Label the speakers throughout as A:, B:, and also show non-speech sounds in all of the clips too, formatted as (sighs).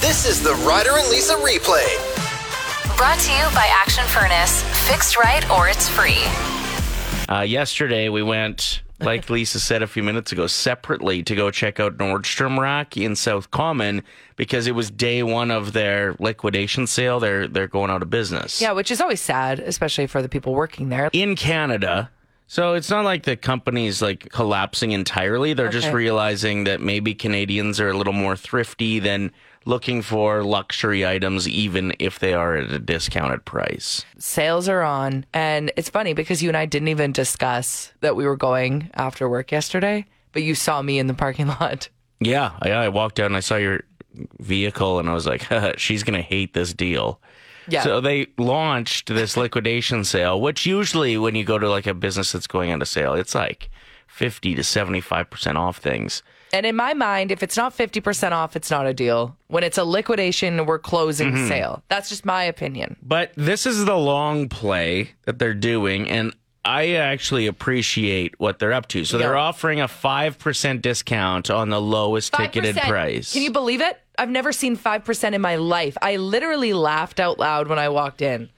A: This is the Ryder and Lisa replay.
B: Brought to you by Action Furnace. Fixed right or it's free.
C: Uh, yesterday, we went,
D: (laughs)
C: like Lisa said a few minutes ago, separately to go check out Nordstrom Rack in South Common because it was day one of their liquidation sale. They're they're going out of business.
D: Yeah, which is always sad, especially for the people working there.
C: In Canada. So it's not like the company's like collapsing entirely. They're just
D: Okay.
C: realizing that maybe Canadians are a little more thrifty than looking for luxury items, even if they are at a discounted price.
D: Sales are on. And it's funny because you and I didn't even discuss that we were going after work yesterday, but you saw me in the parking (laughs) lot.
C: Yeah, I, I walked out and I saw your vehicle, and I was like, (laughs) "She's gonna hate this deal."
D: Yeah.
C: So they launched this liquidation sale, which usually when you go to like a business that's going on a sale, it's like fifty to seventy-five percent off things.
D: And in my mind, if it's not 50% off, it's not a deal. When it's a liquidation, we're closing sale. That's just my opinion.
C: But this is the long play that they're doing, and I actually appreciate what they're up to. So they're
D: Yeah.
C: offering a five percent discount on the lowest ticketed
D: 5%.
C: price.
D: Can you believe it? I've never seen 5% in my life. I literally laughed out loud when I walked in.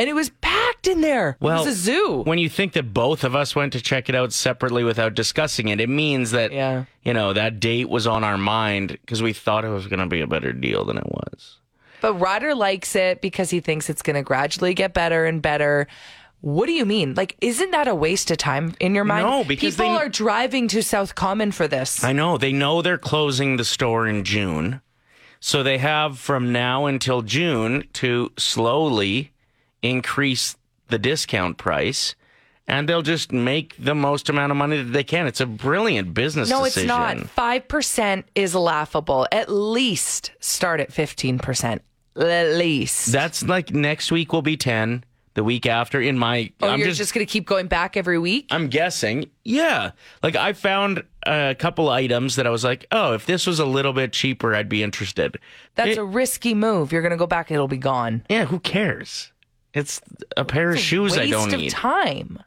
D: And it was packed in there. it was a zoo.
C: When you think that both of us went to check it out separately without discussing it, it means that
D: Yeah.
C: you know that date was on our mind because we thought it was going to be a better deal than it was.
D: But Ryder likes it because he thinks it's going to gradually get better and better. What do you mean? Like, isn't that a waste of time in your mind?
C: No, because
D: people
C: they-
D: are driving to South Common for this.
C: I know they know they're closing the store in June, so they have from now until June to slowly increase the discount price. And they'll just make the most amount of money that they can. It's a brilliant business
D: no,
C: decision.
D: it's not. Five percent is laughable. At least start at fifteen percent. At least.
C: That's like next week will be ten. The week after, in my,
D: oh,
C: I'm
D: you're
C: just
D: just going to keep going back every week.
C: I'm guessing. Yeah. Like I found a couple items that I was like, oh, if this was a little bit cheaper, I'd be interested.
D: That's
C: it-
D: a risky move. You're going to go back. It'll be gone.
C: Yeah, who cares? It's a pair of shoes
D: Waste
C: I don't
D: of
C: need.
D: time.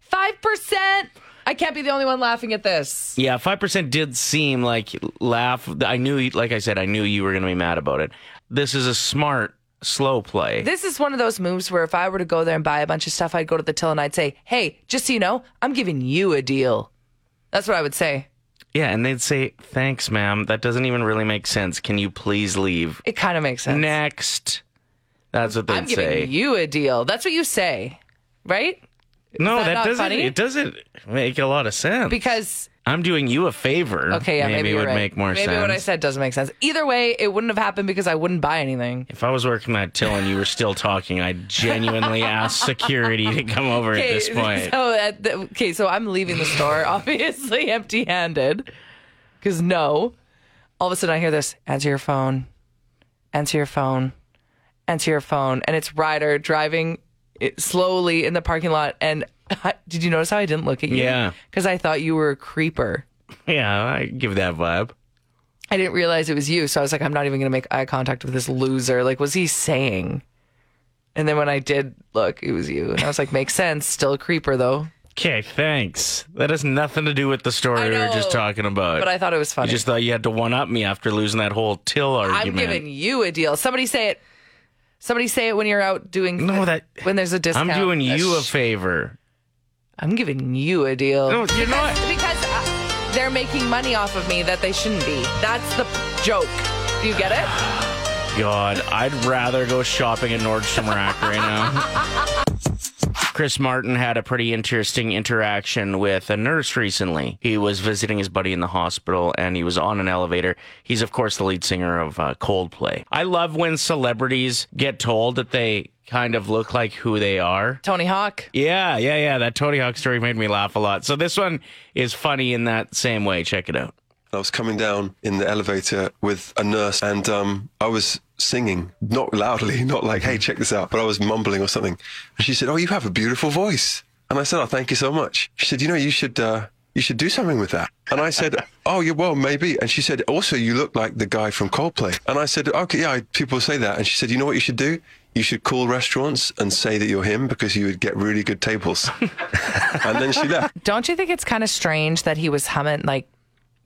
D: Five percent. I can't be the only one laughing at this.
C: Yeah, five percent did seem like laugh. I knew, like I said, I knew you were going to be mad about it. This is a smart slow play.
D: This is one of those moves where if I were to go there and buy a bunch of stuff, I'd go to the till and I'd say, hey, just so you know, I'm giving you a deal. That's what I would say.
C: yeah, and they'd say, "Thanks, ma'am. That doesn't even really make sense. Can you please leave?"
D: It kind of makes sense.
C: Next. That's what they'd
D: I'm giving
C: say.
D: you a deal. That's what you say, right?
C: no,
D: that
C: that,
D: not
C: doesn't.
D: funny?
C: It doesn't make a lot of sense.
D: Because,
C: I'm doing you a favor.
D: okay, yeah, maybe,
C: maybe, it
D: you're
C: would
D: right.
C: make more
D: maybe
C: sense.
D: what I said doesn't make sense. Either way, it wouldn't have happened because I wouldn't buy anything.
C: If I was working that till and you were still talking,
D: (laughs)
C: I'd genuinely ask security to come over at this point.
D: (laughs) So at the, okay, so I'm leaving the store, (laughs) obviously empty-handed, because no. All of a sudden, I hear this: answer your phone, answer your phone, answer your phone, and it's Ryder driving it slowly in the parking lot. And did you notice how I didn't look at you?
C: Yeah.
D: because I thought you were a creeper.
C: yeah, I give that vibe.
D: I didn't realize it was you, so I was like, I'm not even going to make eye contact with this loser. Like, was he saying? And then when I did look, it was you, and I was like, makes sense. Still a creeper though.
C: Okay, thanks. That has nothing to do with the story we were just
D: know,
C: talking about.
D: But I thought it was
C: you
D: funny.
C: just thought you had to one up me after losing that whole till
D: I'm
C: argument.
D: giving you a deal. Somebody say it. Somebody say it when you're out doing.
C: No, that-
D: when there's a
C: I'm
D: discount.
C: doing you a favor.
D: I'm giving you a deal.
C: No, you're not.
D: because uh, they're making money off of me that they shouldn't be. That's the joke. Do you get it?
C: God, I'd rather go shopping at Nordstrom Rack right now. Chris Martin had a pretty interesting interaction with a nurse recently. He was visiting his buddy in the hospital and he was on an elevator. He's, of course, the lead singer of uh, Coldplay. I love when celebrities get told that they kind of look like who they are.
D: Tony Hawk.
C: Yeah, yeah, yeah. That Tony Hawk story made me laugh a lot. So this one is funny in that same way. Check it out.
E: I was coming down in the elevator with a nurse, and um, I was singing, not loudly, (laughs) not like, hey, check this out, but I was mumbling or something. And she said, oh, you have a beautiful voice. And I said, oh, thank you so much. She said, you know, you should. Uh, you should do something with that. And I said, Oh, yeah, well, maybe. And she said, Also, you look like the guy from Coldplay. And I said, Okay, yeah, I, people say that. And she said, You know what you should do? You should call restaurants and say that you're him because you would get really good tables. and then she left.
D: Don't you think it's kind of strange that he was humming, like,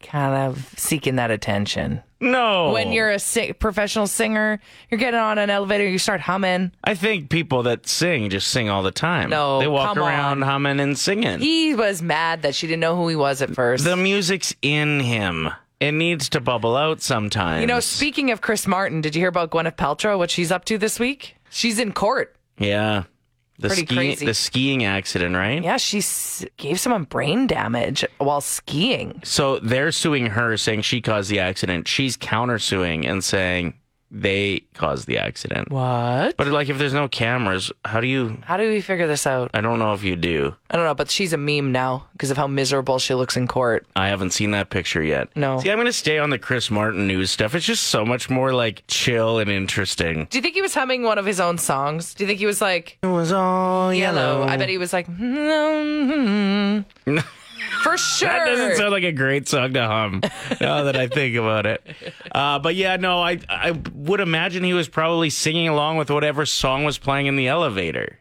D: kind of seeking that attention?
C: No.
D: When you're a si- professional singer, you're getting on an elevator, you start humming.
C: I think people that sing just sing all the time.
D: No,
C: They walk
D: come
C: around
D: on.
C: humming and singing.
D: He was mad that she didn't know who he was at first.
C: the music's in him. It needs to bubble out sometimes.
D: you know, speaking of Chris Martin, did you hear about Gwyneth Paltrow? What she's up to this week? She's in court.
C: Yeah. The
D: Pretty
C: ski-
D: crazy.
C: the skiing accident, right?
D: Yeah, she s- gave someone brain damage while skiing.
C: So they're suing her, saying she caused the accident. She's countersuing and saying they caused the accident.
D: What?
C: But like, if there's no cameras, how do you?
D: How do we figure this out?
C: I don't know if you do.
D: I don't know, but she's a meme now because of how miserable she looks in court.
C: I haven't seen that picture yet.
D: No.
C: See, I'm gonna stay on the Chris Martin news stuff. It's just so much more like chill and interesting.
D: Do you think he was humming one of his own songs? Do you think he was like
C: It was all
D: yellow? I bet he was like hmm,
C: (laughs)
D: for sure.
C: That doesn't sound like a great song to
D: (laughs)
C: hum. now that I think about it, uh, but yeah, no, I I would imagine he was probably singing along with whatever song was playing in the elevator,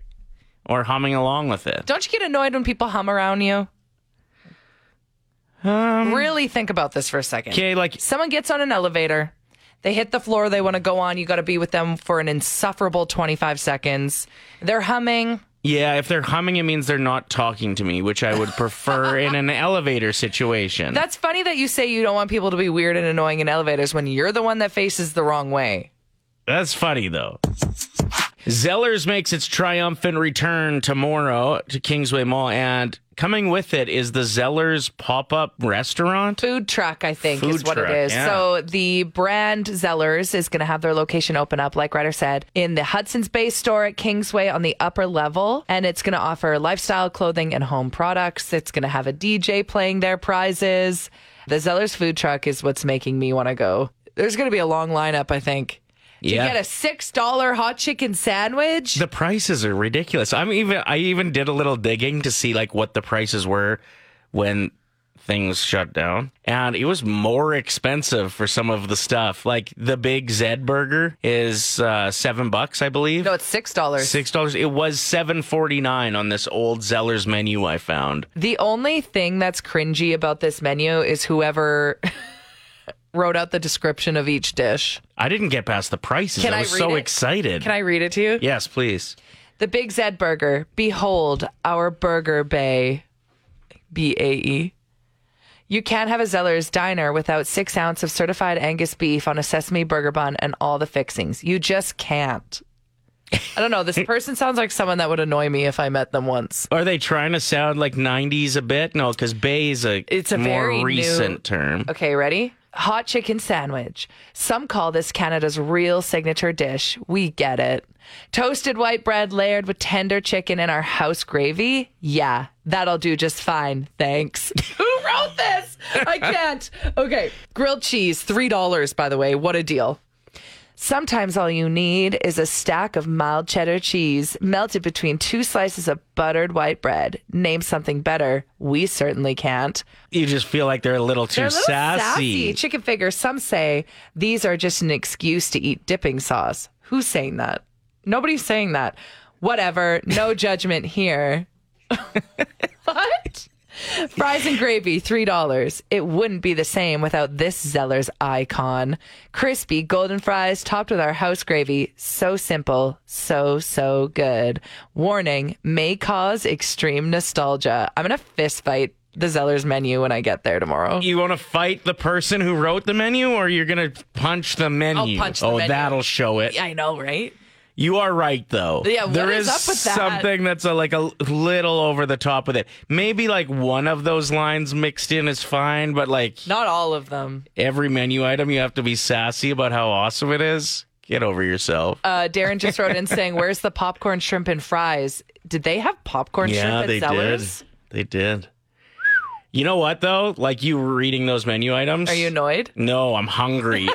C: or humming along with it.
D: Don't you get annoyed when people hum around you?
C: Um,
D: really think about this for a second.
C: Okay, like
D: Someone gets on an elevator, they hit the floor they want to go on. You got to be with them for an insufferable 25 seconds. They're humming.
C: yeah, if they're humming, it means they're not talking to me, which I would prefer in
D: (laughs)
C: an elevator situation.
D: That's funny that you say you don't want people to be weird and annoying in elevators when you're the one that faces the wrong way.
C: That's funny though. Zellers makes its triumphant return tomorrow to Kingsway Mall, and coming with it is the Zellers pop-up restaurant.
D: Food truck, I think,
C: Food
D: is what
C: truck,
D: it is.
C: yeah.
D: So the brand Zellers is going to have their location open up, like Ryder said, in the Hudson's Bay store at Kingsway on the upper level. And it's going to offer lifestyle clothing and home products. It's going to have a DJ playing their prizes. The Zellers food truck is what's making me want to go. There's going to be a long lineup, I think. To
C: Yeah.
D: get a $6 hot chicken sandwich.
C: The prices are ridiculous. I'm even I even did a little digging to see like what the prices were when things shut down. And it was more expensive for some of the stuff. Like the big Zed burger is uh 7 bucks, I believe.
D: no, it's $6.
C: Six dollars. It was seven forty nine on this old Zeller's menu I found.
D: The only thing that's cringy about this menu is whoever (laughs) wrote out the description of each dish.
C: I didn't get past the prices.
D: Can
C: I
D: I
C: was
D: read
C: so
D: it?
C: excited.
D: Can I read it to you?
C: Yes, please.
D: The Big Zed Burger. Behold our Burger Bay. B A E. You can't have a Zeller's diner without six ounce of certified Angus beef on a sesame burger bun and all the fixings. You just can't. I don't know. (laughs) This person sounds like someone that would annoy me if I met them once.
C: Are they trying to sound like '90s a bit? No, because Bay is a
D: It's a
C: more
D: very new-
C: recent term.
D: Okay, ready? Hot chicken sandwich. Some call this Canada's real signature dish. We get it. Toasted white bread layered with tender chicken and our house gravy. Yeah, that'll do just fine. Thanks. (laughs) Who wrote this? I can't. Okay. Grilled cheese, $3, by the way. What a deal. Sometimes all you need is a stack of mild cheddar cheese melted between two slices of buttered white bread. Name something better. We certainly can't.
C: You just feel like they're a little too
D: They're a little
C: sassy.
D: Chicken fingers. Some say these are just an excuse to eat dipping sauce. Who's saying that? Nobody's saying that. Whatever. (laughs) No judgment here. (laughs) what? Fries and gravy, $3. It wouldn't be the same without this Zeller's icon. Crispy golden fries topped with our house gravy. So simple, so, so good. Warning may cause extreme nostalgia. I'm going to fist fight the Zeller's menu when I get there tomorrow.
C: You want to fight the person who wrote the menu, or you're gonna punch the menu?
D: punch the
C: oh,
D: menu.
C: that'll show it.
D: I know, right?
C: You are right, though.
D: Yeah, what
C: there
D: is up with that?
C: something that's uh like a little over the top with it. Maybe like one of those lines mixed in is fine, but like
D: Not all of them.
C: every menu item, you have to be sassy about how awesome it is. Get over yourself.
D: Uh, Darren just wrote in saying, "Where's the popcorn, shrimp, and fries? Did they have popcorn,
C: yeah,
D: shrimp, and
C: they
D: Zellers?
C: did. They did. You know what though? Like you reading those menu items.
D: Are you annoyed?
C: No, I'm
D: (laughs)
C: hungry.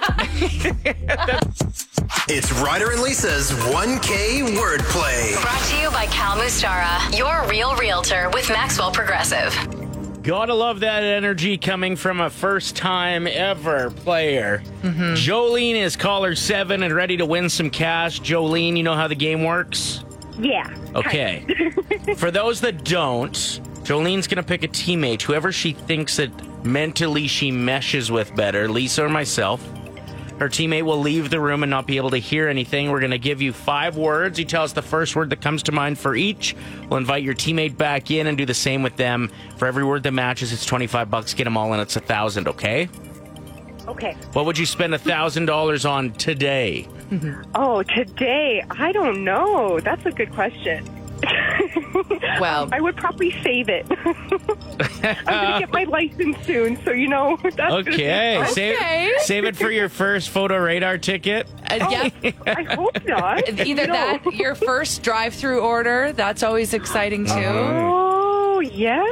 A: It's Ryder and Lisa's 1K wordplay.
B: Brought to you by Cal Mustara, your real realtor with Maxwell Progressive.
C: Gotta love that energy coming from a first time ever player. Jolene is caller seven and ready to win some cash. Jolene, you know how the game works?
F: Yeah.
C: Okay. For those that don't, Jolene's gonna pick a teammate, whoever she thinks that mentally she meshes with better, Lisa or myself. Our teammate will leave the room and not be able to hear anything. We're going to give you five words. You tell us the first word that comes to mind for each. We'll invite your teammate back in and do the same with them. For every word that matches, it's 25 bucks. Get them all in. It's a thousand, okay?
F: Okay.
C: What would you spend a thousand dollars on today?
F: Oh, today, I don't know. That's a good question. (laughs)
D: Well,
F: I would probably save it. (laughs) I'm going to get my license soon, so you know. (laughs) That's gonna be
C: Okay.
F: fun.
D: Okay.
C: Save, save it for your first photo radar ticket.
D: uh, (laughs) yeah.
F: I hope not.
D: (laughs) Either
F: No.
D: that, your first drive-through order. That's always exciting too.
C: Uh-huh.
F: Oh, yeah.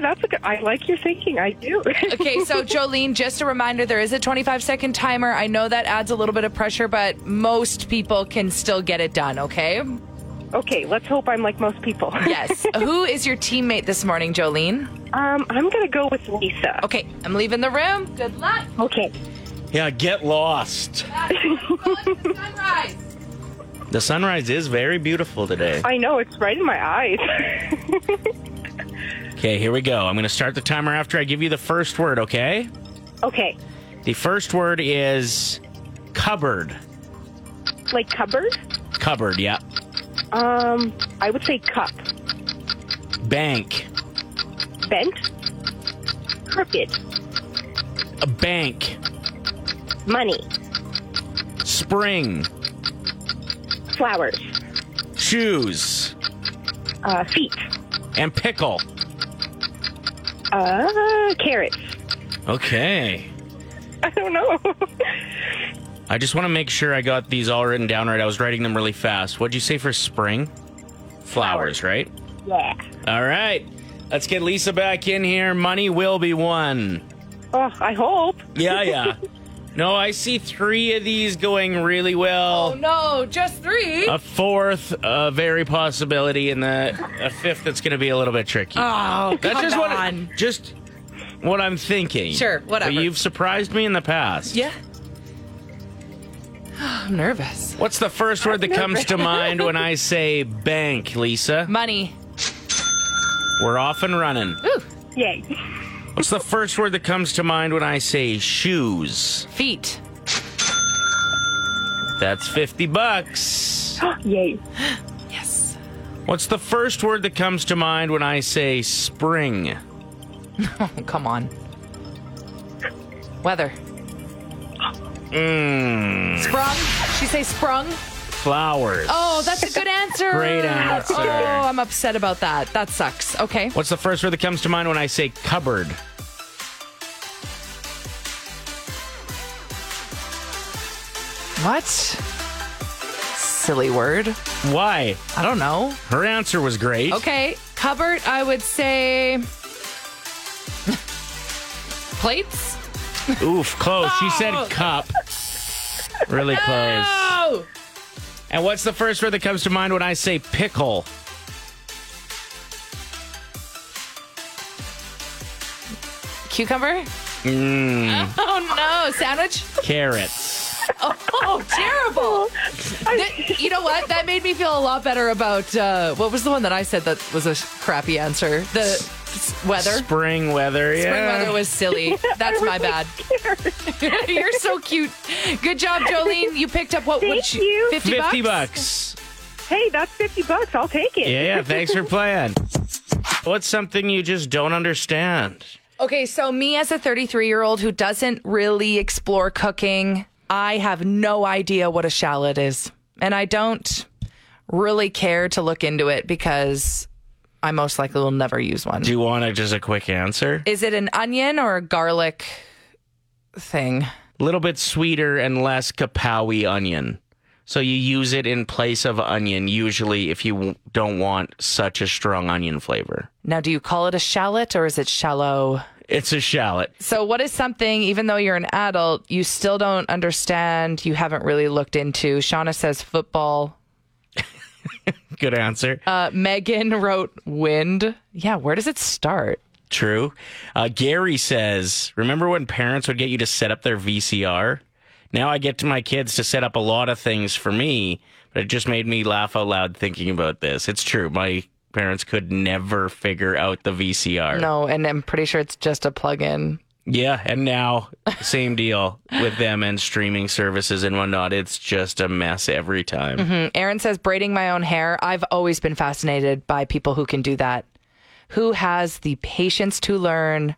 F: That's a good. I like your thinking. I do. (laughs)
D: Okay, so Jolene, just a reminder there is a 25 second timer. I know that adds a little bit of pressure, but most people can still get it done, okay?
F: okay, let's hope I'm like most people.
D: (laughs) Yes. Who is your teammate this morning, Jolene?
F: (laughs) Um, I'm going to go with Lisa.
D: Okay, I'm leaving the room. Good luck.
F: Okay.
C: Yeah, get lost.
D: Sunrise.
C: The sunrise is very beautiful today.
F: I know, it's right in my eyes. (laughs)
C: Okay, here we go. I'm going to start the timer after I give you the first word, okay?
F: okay.
C: The first word is cupboard.
F: Like cupboard?
C: Cupboard, yeah.
F: Um, I would say cup.
C: Bank.
F: Bent? Crooked.
C: A bank.
F: Money.
C: Spring.
F: Flowers.
C: Shoes.
F: Uh, feet.
C: And pickle.
F: Uh, carrots. (laughs)
C: Okay.
F: I don't know. (laughs)
C: I just want to make sure I got these all written down right. I was writing them really fast. What'd you say for spring? Flowers, right?
F: yeah.
C: All right. Let's get Lisa back in here. Money will be won.
F: Oh, I hope.
C: Yeah, yeah. no, I see three of these going really
D: Oh
C: well.
D: no, just three.
C: A fourth, a very possibility, and the a fifth that's going to be a little bit tricky.
D: Oh,
C: that's
D: come
C: just what
D: on.
C: just what I'm thinking.
D: Sure, whatever.
C: But you've surprised me in the past.
D: yeah. (gasps) I'm nervous.
C: What's the first word that comes
D: (laughs)
C: to mind when I say bank, Lisa?
D: Money.
C: We're off and running.
F: Yay. (gasps)
C: What's the first word that comes to mind when I say shoes?
D: Feet.
C: That's 50 bucks.
F: Yay.
D: Yes. (laughs)
C: What's the first word that comes to mind when I say spring?
D: Oh, come on. Weather.
C: Mmm,
D: Sprung. She say sprung.
C: flowers.
D: Oh, that's a good answer.
C: Great answer.
D: Oh, I'm upset about that. That sucks. Okay.
C: What's the first word that comes to mind when I say cupboard?
D: What? Silly word.
C: Why?
D: I don't know.
C: Her answer was great.
D: Okay. Cupboard, I would say. (laughs) Plates?
C: Oof, close. She said cup. Really close.
D: Oh!
C: And what's the first word that comes to mind when I say pickle?
D: Cucumber?
C: Mm.
D: (laughs) Oh no, sandwich?
C: Carrots.
D: Oh, terrible. That- you know what? That made me feel a lot better about uh, what was the one that I said that was a crappy answer? The s- weather.
C: Spring weather. Yeah.
D: Spring weather was silly. That's my bad. (laughs) You're so cute. Good job, Jolene. You picked up what? what
F: Thank you.
D: 50 bucks?
C: 50 bucks.
F: Hey, that's 50 bucks. I'll take it.
C: Yeah, yeah. Thanks for playing. What's something you just don't understand?
D: Okay, so me as a 33 year old who doesn't really explore cooking, I have no idea what a shallot is. And I don't really care to look into it because I most likely will never use one.
C: Do you want a, just a quick answer?
D: Is it an onion or a garlic thing?
C: A little bit sweeter and less kapowi onion. So you use it in place of onion, usually if you w- don't want such a strong onion flavor.
D: Now, do you call it a shallot or is it shallow?
C: It's a shallot.
D: So, what is something, even though you're an adult, you still don't understand, you haven't really looked into? Shauna says football.
C: Good answer.
D: Uh, Megan wrote wind. Yeah, where does it start?
C: True. Uh, Gary says, remember when parents would get you to set up their VCR? Now I get to my kids to set up a lot of things for me, but it just made me laugh out loud thinking about this. It's true. My parents could never figure out the VCR.
D: No, and I'm pretty sure it's just a plug in.
C: Yeah, and now same deal with them and streaming services and whatnot. It's just a mess every time.
D: Aaron says, braiding my own hair. I've always been fascinated by people who can do that. Who has the patience to learn?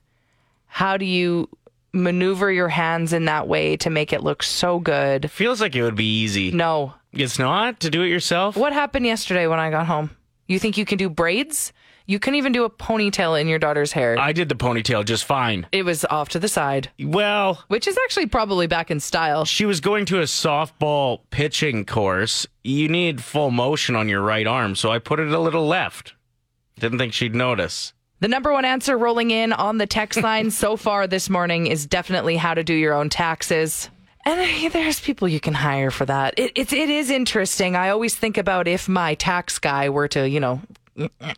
D: How do you maneuver your hands in that way to make it look so good?
C: Feels like it would be easy.
D: No.
C: It's not to do it yourself.
D: What happened yesterday when I got home? You think you can do braids? You couldn't even do a ponytail in your daughter's hair.
C: I did the ponytail just fine.
D: it was off to the side,
C: Well,
D: which is actually probably back in style.
C: she was going to a softball pitching course. You need full motion on your right arm, so I put it a little left. Didn't think she'd notice.
D: The number one answer rolling in on the text
C: (laughs)
D: line so far this morning is definitely how to do your own taxes. And uh, there's people you can hire for that. It, it's it is interesting. I always think about if my tax guy were to, you know,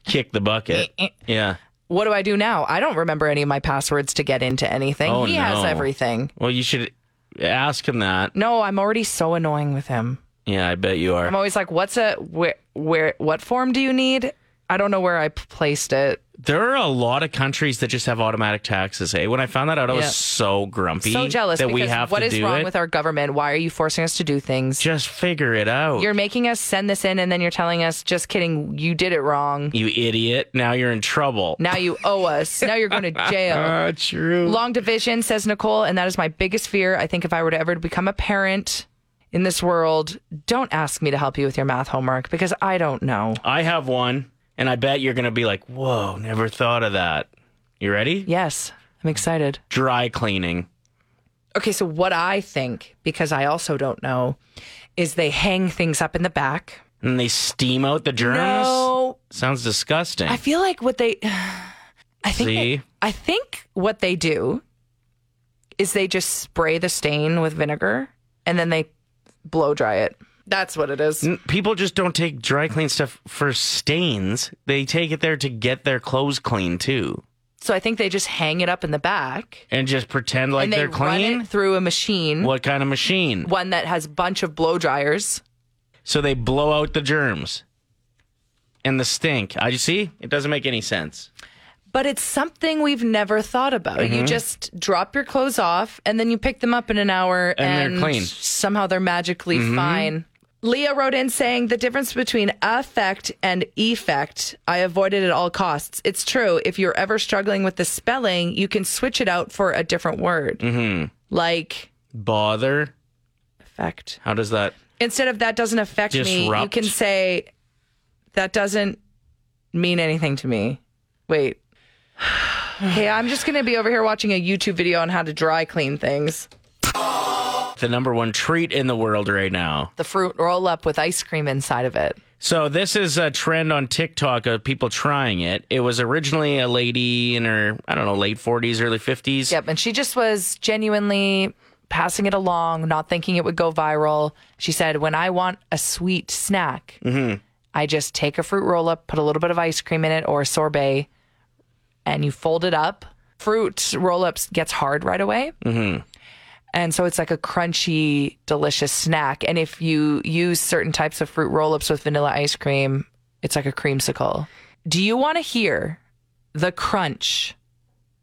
C: Kick the bucket.
D: Eh,
C: Yeah.
D: what do I do now? I don't remember any of my passwords to get into anything.
C: Oh,
D: he has
C: no.
D: everything.
C: Well, you should ask him that.
D: No, I'm already so annoying with him.
C: Yeah, I bet you
D: I'm
C: are.
D: always like, what's a where where what form do you need? I don't know where I p- placed it.
C: There are a lot of countries that just have automatic taxes. Hey, when I found that out, I
D: Yeah.
C: was so grumpy.
D: So jealous
C: that
D: because
C: we have
D: what
C: to
D: is
C: do
D: wrong
C: it.
D: with our government? Why are you forcing us to do things?
C: Just figure it out.
D: You're making us send this in and then you're telling us, just kidding, you did it wrong.
C: you idiot. Now you're in trouble.
D: Now you owe us. Now you're going to
C: (laughs)
D: jail.
C: Ah, true.
D: Long division, says Nicole, and that is my biggest fear. I think if I were to ever become a parent in this world, don't ask me to help you with your math homework because I don't know.
C: I have one, and I bet you're going to be like, whoa, never thought of that. You ready?
D: Yes, I'm excited.
C: Dry cleaning.
D: Okay, so what I think, because I also don't know, is they hang things up in the back.
C: And they steam out the germs?
D: No,
C: Sounds disgusting.
D: I feel like what they, (sighs) I think,
C: See?
D: they- I think what they do is they just spray the stain with vinegar and then they blow dry it. That's what it is.
C: N- People just don't take dry clean stuff for stains. They take it there to get their clothes clean too.
D: So I think they just hang it up in the back
C: And just pretend like
D: and they
C: they're clean.
D: run it Hmm? through a machine,
C: What kind of machine?
D: one that has a bunch of blow dryers.
C: So they blow out the germs and the stink. I you see? It doesn't make any sense.
D: But it's something we've never thought about. You
C: Mm-hmm.
D: just drop your clothes off and then you pick them up in an hour
C: And they're clean. Mm-hmm.
D: somehow they're magically fine. Leah wrote in saying the difference between affect and effect, I avoided at all costs. It's true. If you're ever struggling with the spelling, you can switch it out for a different word.
C: Mm-hmm.
D: Like
C: Bother.
D: effect.
C: How does that?
D: Instead of that doesn't affect me, you
C: Disrupt.
D: can say that doesn't mean anything to me. Wait. (sighs) Okay, I'm just going to be over here watching a YouTube video on how to dry clean things.
C: The number one treat in the world right now.
D: The fruit roll up with ice cream inside of it.
C: So this is a trend on TikTok of people trying it. It was originally a lady in her, I don't know, late 40s, early 50s.
D: Yep. And she just was genuinely passing it along, not thinking it would go viral. She said, When I want a sweet snack, I just take a fruit roll up, put a little bit of ice cream in it or sorbet, and you fold it up. Fruit roll ups gets hard right away. Mm-hmm. And so it's like a crunchy, delicious snack. And if you use certain types of fruit roll ups with vanilla ice cream, it's like a creamsicle. Do you want to hear the crunch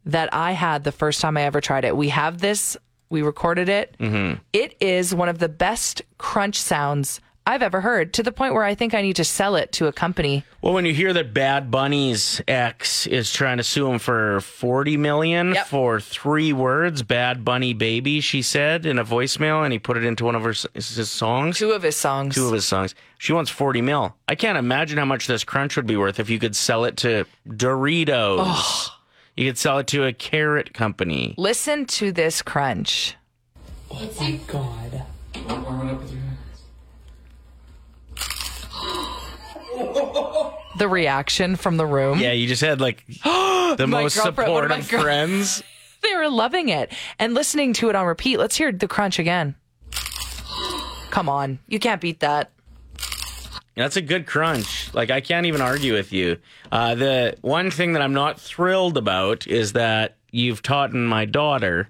D: that I had the first time I ever tried it. We have this, we recorded it.
C: Mm-hmm.
D: It is one of the best crunch sounds I've ever heard to the point where I think I need to sell it to a company.
C: Well, when you hear that Bad Bunny's ex is trying to sue him for 40 million
D: Yep.
C: for three words, Bad Bunny baby, she said in a voicemail and he put it into one of her s- his songs.
D: Two of his songs.
C: two of his songs. She wants 40 mil. I can't imagine how much this crunch would be worth if you could sell it to Doritos. You could sell it to a carrot company.
D: Listen to this crunch.
G: God. Warm it up with your hands.
D: The reaction from the room.
C: Yeah, you just had
D: (gasps)
C: like the
D: My
C: most
D: girlfriend- one of my
C: supportive
D: girl-
C: friends.
D: They were loving it and listening to it on repeat. Let's hear the crunch again. Come on. You can't beat that.
C: That's a good crunch. Like I can't even argue with you. Uh, the one thing that I'm not thrilled about is that you've taught my daughter.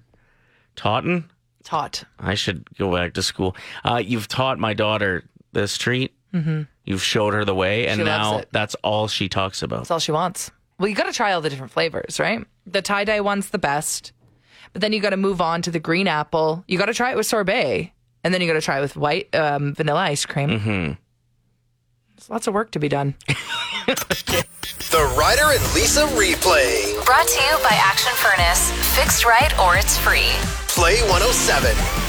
C: Taughten?
D: Taut.
C: I should go back to school. Uh, you've taught my daughter the street. Mm-hmm. You've showed her the way, and
D: She loves
C: now
D: it.
C: that's all she talks about.
D: That's all she wants. Well, you got to try all the different flavors, right? The tie dye one's the best, But then you got to move on to the green apple. You got to try it with sorbet, and then you got to try it with white um, vanilla ice cream. Mm-hmm. There's lots of work to be done.
A: The Ryder and Lisa replay.
B: Brought to you by Action Furnace. Fixed right or it's free.
A: oh Play 107.